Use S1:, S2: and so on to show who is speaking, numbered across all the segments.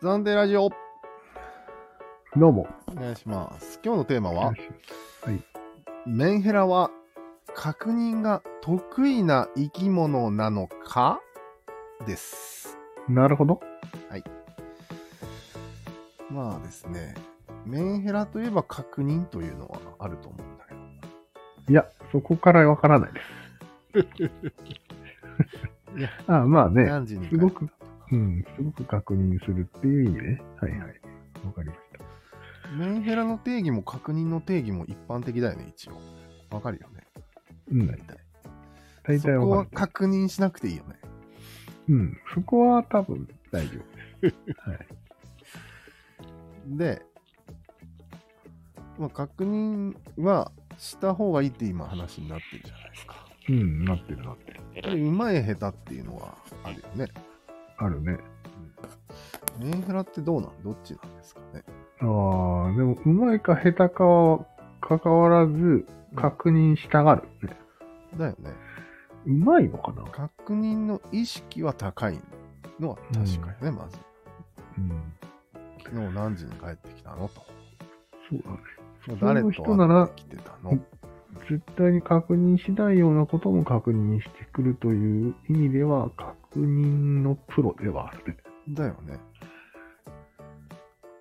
S1: つなんでラジオ、
S2: どうも。
S1: お願いします。今日のテーマは、
S2: はい
S1: メンヘラは確認が得意な生き物なのかです。
S2: なるほど。
S1: まあですね、メンヘラといえば確認というのはあると思うんだけど。
S2: いや、そこからわからないです。
S1: いや
S2: あまあね、
S1: 何時に
S2: すごく、うん、すごく確認するっていう意味ね。はいはい。わかりまし
S1: メンヘラの定義も確認の定義も一般的だよね、一応。わかるよね。
S2: た。うん
S1: 大。体。
S2: 大
S1: そ
S2: 体
S1: こ
S2: わ
S1: は
S2: かる。
S1: 確認しなくていいよね。
S2: うん。そこは多分大丈夫です。はい。
S1: で、まあ、確認はした方がいいって今話になってるじゃないですか。
S2: うん、なってるなってる。
S1: でうまい下手っていうのはあるよね。
S2: あるね。
S1: メンヘラってどうなんどっちなんですかね。
S2: ああ、でも、うまいか下手かは関わらず、確認したがるね。
S1: だよね。
S2: うまいのかな
S1: 確認の意識は高いのは確かにね、まず。
S2: うん。
S1: 昨日何時に帰ってきたのと。
S2: そうだね。
S1: 誰と
S2: 普通の人なら
S1: 会ってきてたの
S2: うん絶対に確認しないようなことも確認してくるという意味では、確認のプロではあるね。
S1: だよね。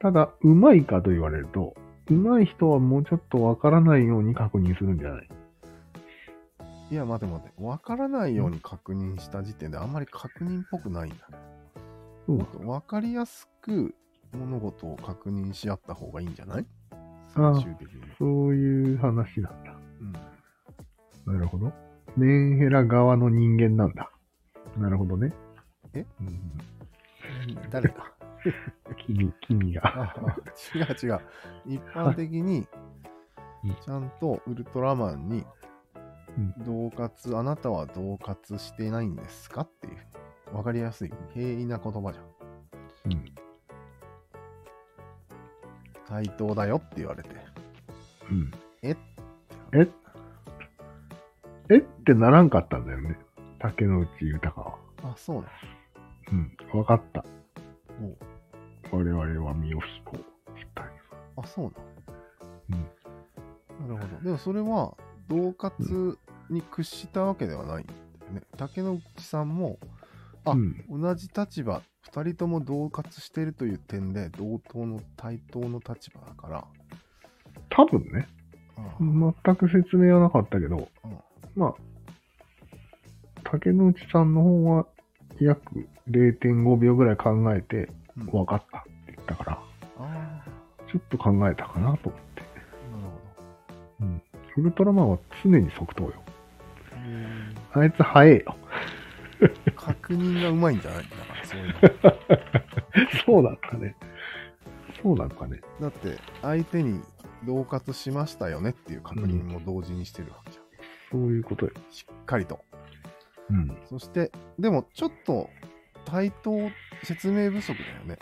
S2: ただ、うまいかと言われると、うまい人はもうちょっとわからないように確認するんじゃない
S1: いや、待て待て。わからないように確認した時点であんまり確認っぽくないんだね。
S2: そう
S1: もっと分かりやすく物事を確認し合った方がいいんじゃない
S2: ああ
S1: 最終的に。
S2: そういう話なんだ。
S1: うん、
S2: なるほど。メンヘラ側の人間なんだ。なるほどね。
S1: え
S2: うん、
S1: 誰だ
S2: 君、君が。
S1: ああ 違う違う。一般的に
S2: うん、
S1: ちゃんとウルトラマンに
S2: うん、
S1: 同活、あなたは同活してないんですかっていう、分かりやすい、平易な言葉じゃん。
S2: うん。
S1: 対等だよって言われて。
S2: うん。
S1: え
S2: ええってならんかったんだよね。竹野内豊は。
S1: あ、そうね。
S2: うん。わかった。
S1: おう
S2: 我々は身を引こう。したい
S1: あ、そうなの、なるほど。でもそれは、同活に屈したわけではないんだよね。竹野内さんも、あ
S2: うん。
S1: 同じ立場、2人とも同活してるという点で、同等の対等の立場だから、
S2: 多分ね、
S1: ああ
S2: 全く説明はなかったけど、
S1: うん
S2: まあ、竹野内さんの方は約0.5秒ぐらい考えて、
S1: うん
S2: 分かったって言ったから、
S1: ああ、な
S2: ちょっと考えたかなと思って。
S1: るほ
S2: ウルトラマンは常に即答よ。
S1: どうん。
S2: あいつ早えよ。
S1: 確認がうまいんじゃないんだから、そういうの。
S2: そうだったね。そうなのかね。
S1: だって、相手に同活しましたよねっていう確認も同時にしてるわけじゃん。
S2: そういうことよ。
S1: しっかりと。
S2: うん。
S1: そして、でもちょっと対等、説明不足だよね。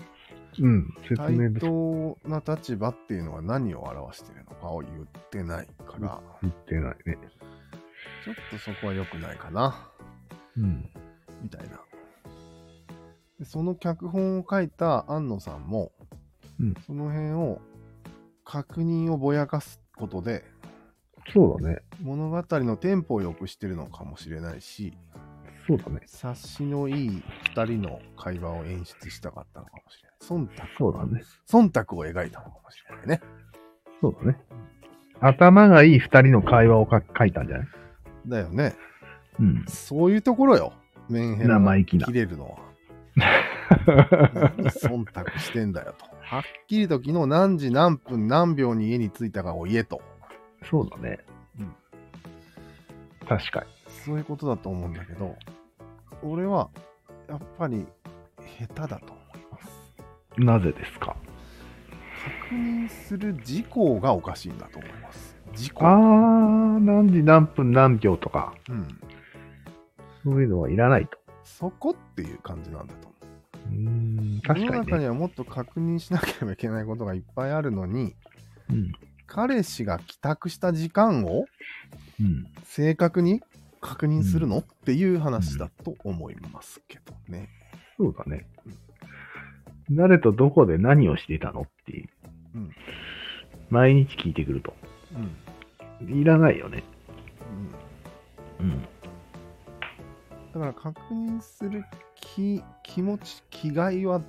S2: うん。説
S1: 対
S2: 明不足
S1: 等な立場っていうのは何を表してるのかを言ってないから、
S2: 言ってないね。
S1: ちょっとそこは良くないかな、
S2: うん。
S1: みたいな。でその脚本を書いた安野さんも、
S2: うん
S1: その辺を確認をぼやかすことで、
S2: そうだね。
S1: 物語のテンポを良くしてるのかもしれないし、
S2: そうだね。
S1: 察しのいい2人の会話を演出したかったのかもしれない。忖度
S2: そうだね。
S1: 忖度を描いたのかもしれないね。
S2: そうだね。頭がいい二人の会話をか書いたんじゃない
S1: だよね。
S2: うん。
S1: そういうところよ。メンヘラ
S2: 生意気な
S1: 切れるの は。何忖度してんだよと。はっきりと昨日何時何分何秒に家に着いたかを言えと。
S2: そうだね。
S1: うん
S2: 確か
S1: そういうことだと思うんだけど、俺はやっぱり下手だと思います。
S2: に。なぜですか
S1: 確認する事項がおかしいんだと思います。事
S2: あ
S1: 項。
S2: ー、何時何分何秒とか、
S1: うん。
S2: そういうのはいらないと。
S1: そこっていう感じなんだと思う。
S2: うーん、確
S1: 世の
S2: かに、
S1: 中
S2: ね。
S1: にはもっと確認しなければいけないことがいっぱいあるのに、
S2: うん。
S1: 彼氏が帰宅した時間を
S2: うん。
S1: 正確に確認するの、っていう話だと思いますけどね。
S2: そうだね。誰とどこで何をしていたのっていう。
S1: うん
S2: 毎日聞いてくると。
S1: うん。
S2: いらないよね。
S1: うん
S2: うん。
S1: だから確認する気気持ち、気概は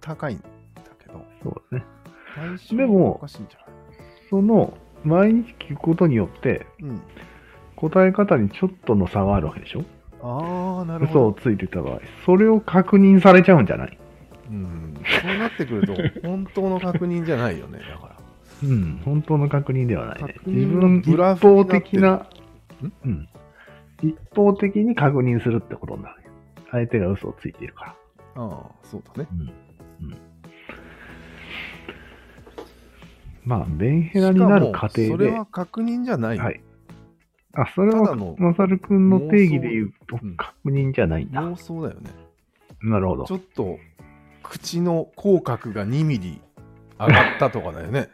S1: 高いんだけど、
S2: そうですね。
S1: 対象
S2: でも
S1: おかしいんじゃ
S2: その、毎日聞くことによって、
S1: ないうん。
S2: 答え方にちょっとの差があるわけでしょ
S1: ああ、なる
S2: 嘘
S1: ほ
S2: を
S1: ど。
S2: ついてた場合、それを確認されちゃうんじゃない
S1: うん。そうなってくると、本当の確認じゃないよね、だから。
S2: うん、本当の確認ではないね。
S1: 確
S2: 自
S1: 認
S2: 分
S1: の
S2: 一
S1: ブラフにな
S2: 方
S1: って
S2: 的
S1: る
S2: な、
S1: ん
S2: うん。一方的に確認するってことになるよ。相手が嘘をついているから。
S1: ああ、そうだね。
S2: うん。うん。まあ、ベンヘラになる過
S1: しかも
S2: 程
S1: そ
S2: で、
S1: れは確認じゃない。
S2: はい。あ、それ
S1: ただ
S2: は、
S1: の
S2: マサル君の定義で言うと
S1: 妄想うん、
S2: 確認じゃないんだ。
S1: 妄想だよね。
S2: なるほど
S1: ち。ょっと、口の口角が2ミリ上がったとかだよね。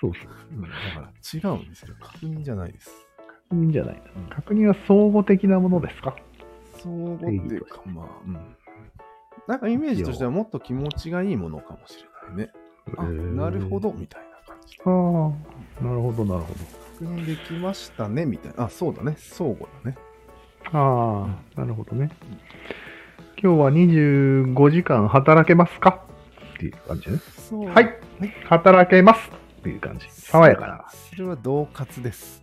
S2: そうそう。
S1: うん、だから違うんですよ。確認じゃないです。
S2: 確認じゃないんだ
S1: うん。
S2: 確認は相互的なものですか
S1: そう思っていうか、まあ、うん。なんかイメージとしてはもっと気持ちがいいものかもしれないね。あ、なるほ。ど、みたいな感じで。
S2: ああ、なるほど、なるほ
S1: 確認できましたね、みたいな。あ、そうだね。相互だね。
S2: ど。ああ、なるほどね。今日は25時間働けますかっていう感じね。
S1: そう。
S2: は。い、働けますっていう感じ。爽やかな。
S1: それは同活です。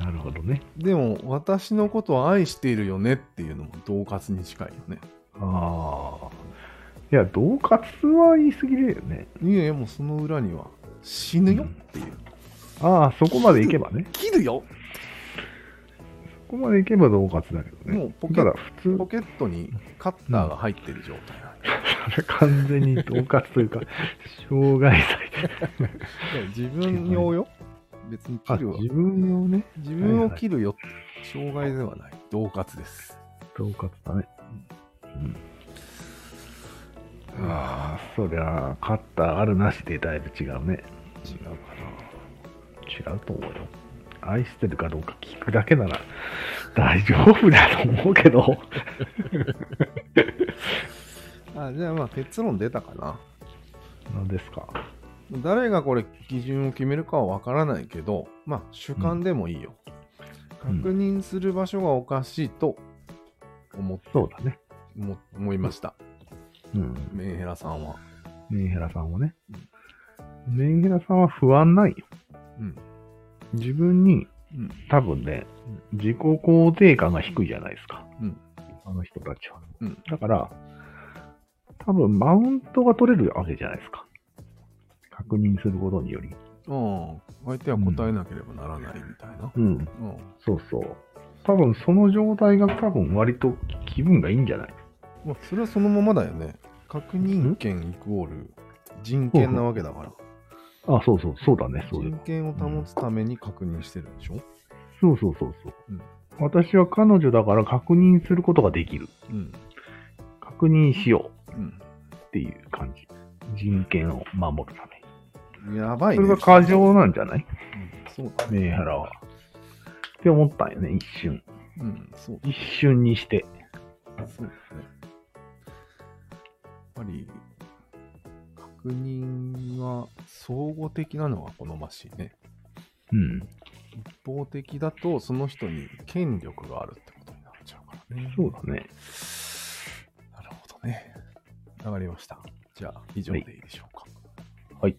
S2: なるほどね。
S1: でも、私のことを愛しているよねっていうのも同活に近いよね。
S2: ああ。いや、同活は言い過ぎだよね。
S1: いやいや、もうその裏には死ぬよっていう。
S2: ああ、そこまでいけばね。
S1: 切るよ
S2: そこまでいけば同活だけどね。
S1: もうポケ
S2: だから普通
S1: ポ、ケットにカッターが入ってる状態なんで
S2: それ完全に同活という か、障害罪で。
S1: いや自分用よ。別に
S2: あ、
S1: 切るわ
S2: 自分用ね。
S1: 自分を切るよ、障害ではない同活です
S2: 同活だね。うん。ああ、そりゃあ、カッターあるなしでだいぶ違うね。
S1: 違うかな
S2: 違うと思うよ。愛してるかどうか聞くだけなら大丈夫だと思うけど。
S1: あじゃあまあ結論出たかな
S2: 何ですか
S1: 誰がこれ基準を決めるかはわからないけどまあ主観でもいいよ、
S2: うん
S1: 確認する場所がおかしいと思っ
S2: そうだね。
S1: 思思いました
S2: うん。
S1: メンヘラさんは
S2: メンヘラさんはね。メンヘラさんは不安ないよ。
S1: うん
S2: 自分に
S1: うん
S2: 多分ね、自己肯定感が低いじゃないですか。
S1: うん
S2: あの人たちは。
S1: うん
S2: だから、多分マウントが取れるわけじゃないですか。確認することにより。
S1: ああ相手は答えなければならないみたいな、
S2: うん。
S1: うん
S2: そうそう。多分その状態が多分割と気分がいいんじゃない
S1: まあ、それはそのままだよね確認権イコール人権なわけだから
S2: あ、そうそう、そうだね、そう
S1: 人
S2: だ。
S1: 権を保つために確認してるんでしょ、
S2: そうそうそうそう、
S1: うん
S2: 私は彼女だから確認することができる。
S1: うん
S2: 確認しよ
S1: う
S2: うっていう感じ。人権を守るために。
S1: ん、やばい
S2: そ
S1: ね。
S2: れが過剰なんじゃない
S1: うんそうだ
S2: メンヘラは。って思ったんよね、一瞬。
S1: うん、そう。
S2: 一瞬にして。
S1: そうだね。やっぱり、確認は相互的なのが好ましいね。
S2: うん。
S1: 一方的だと、その人に権力があるってことになっちゃうからね。
S2: そうだね。
S1: なるほどね。わかりました。じゃあ、以上でいいでしょうか。
S2: はい。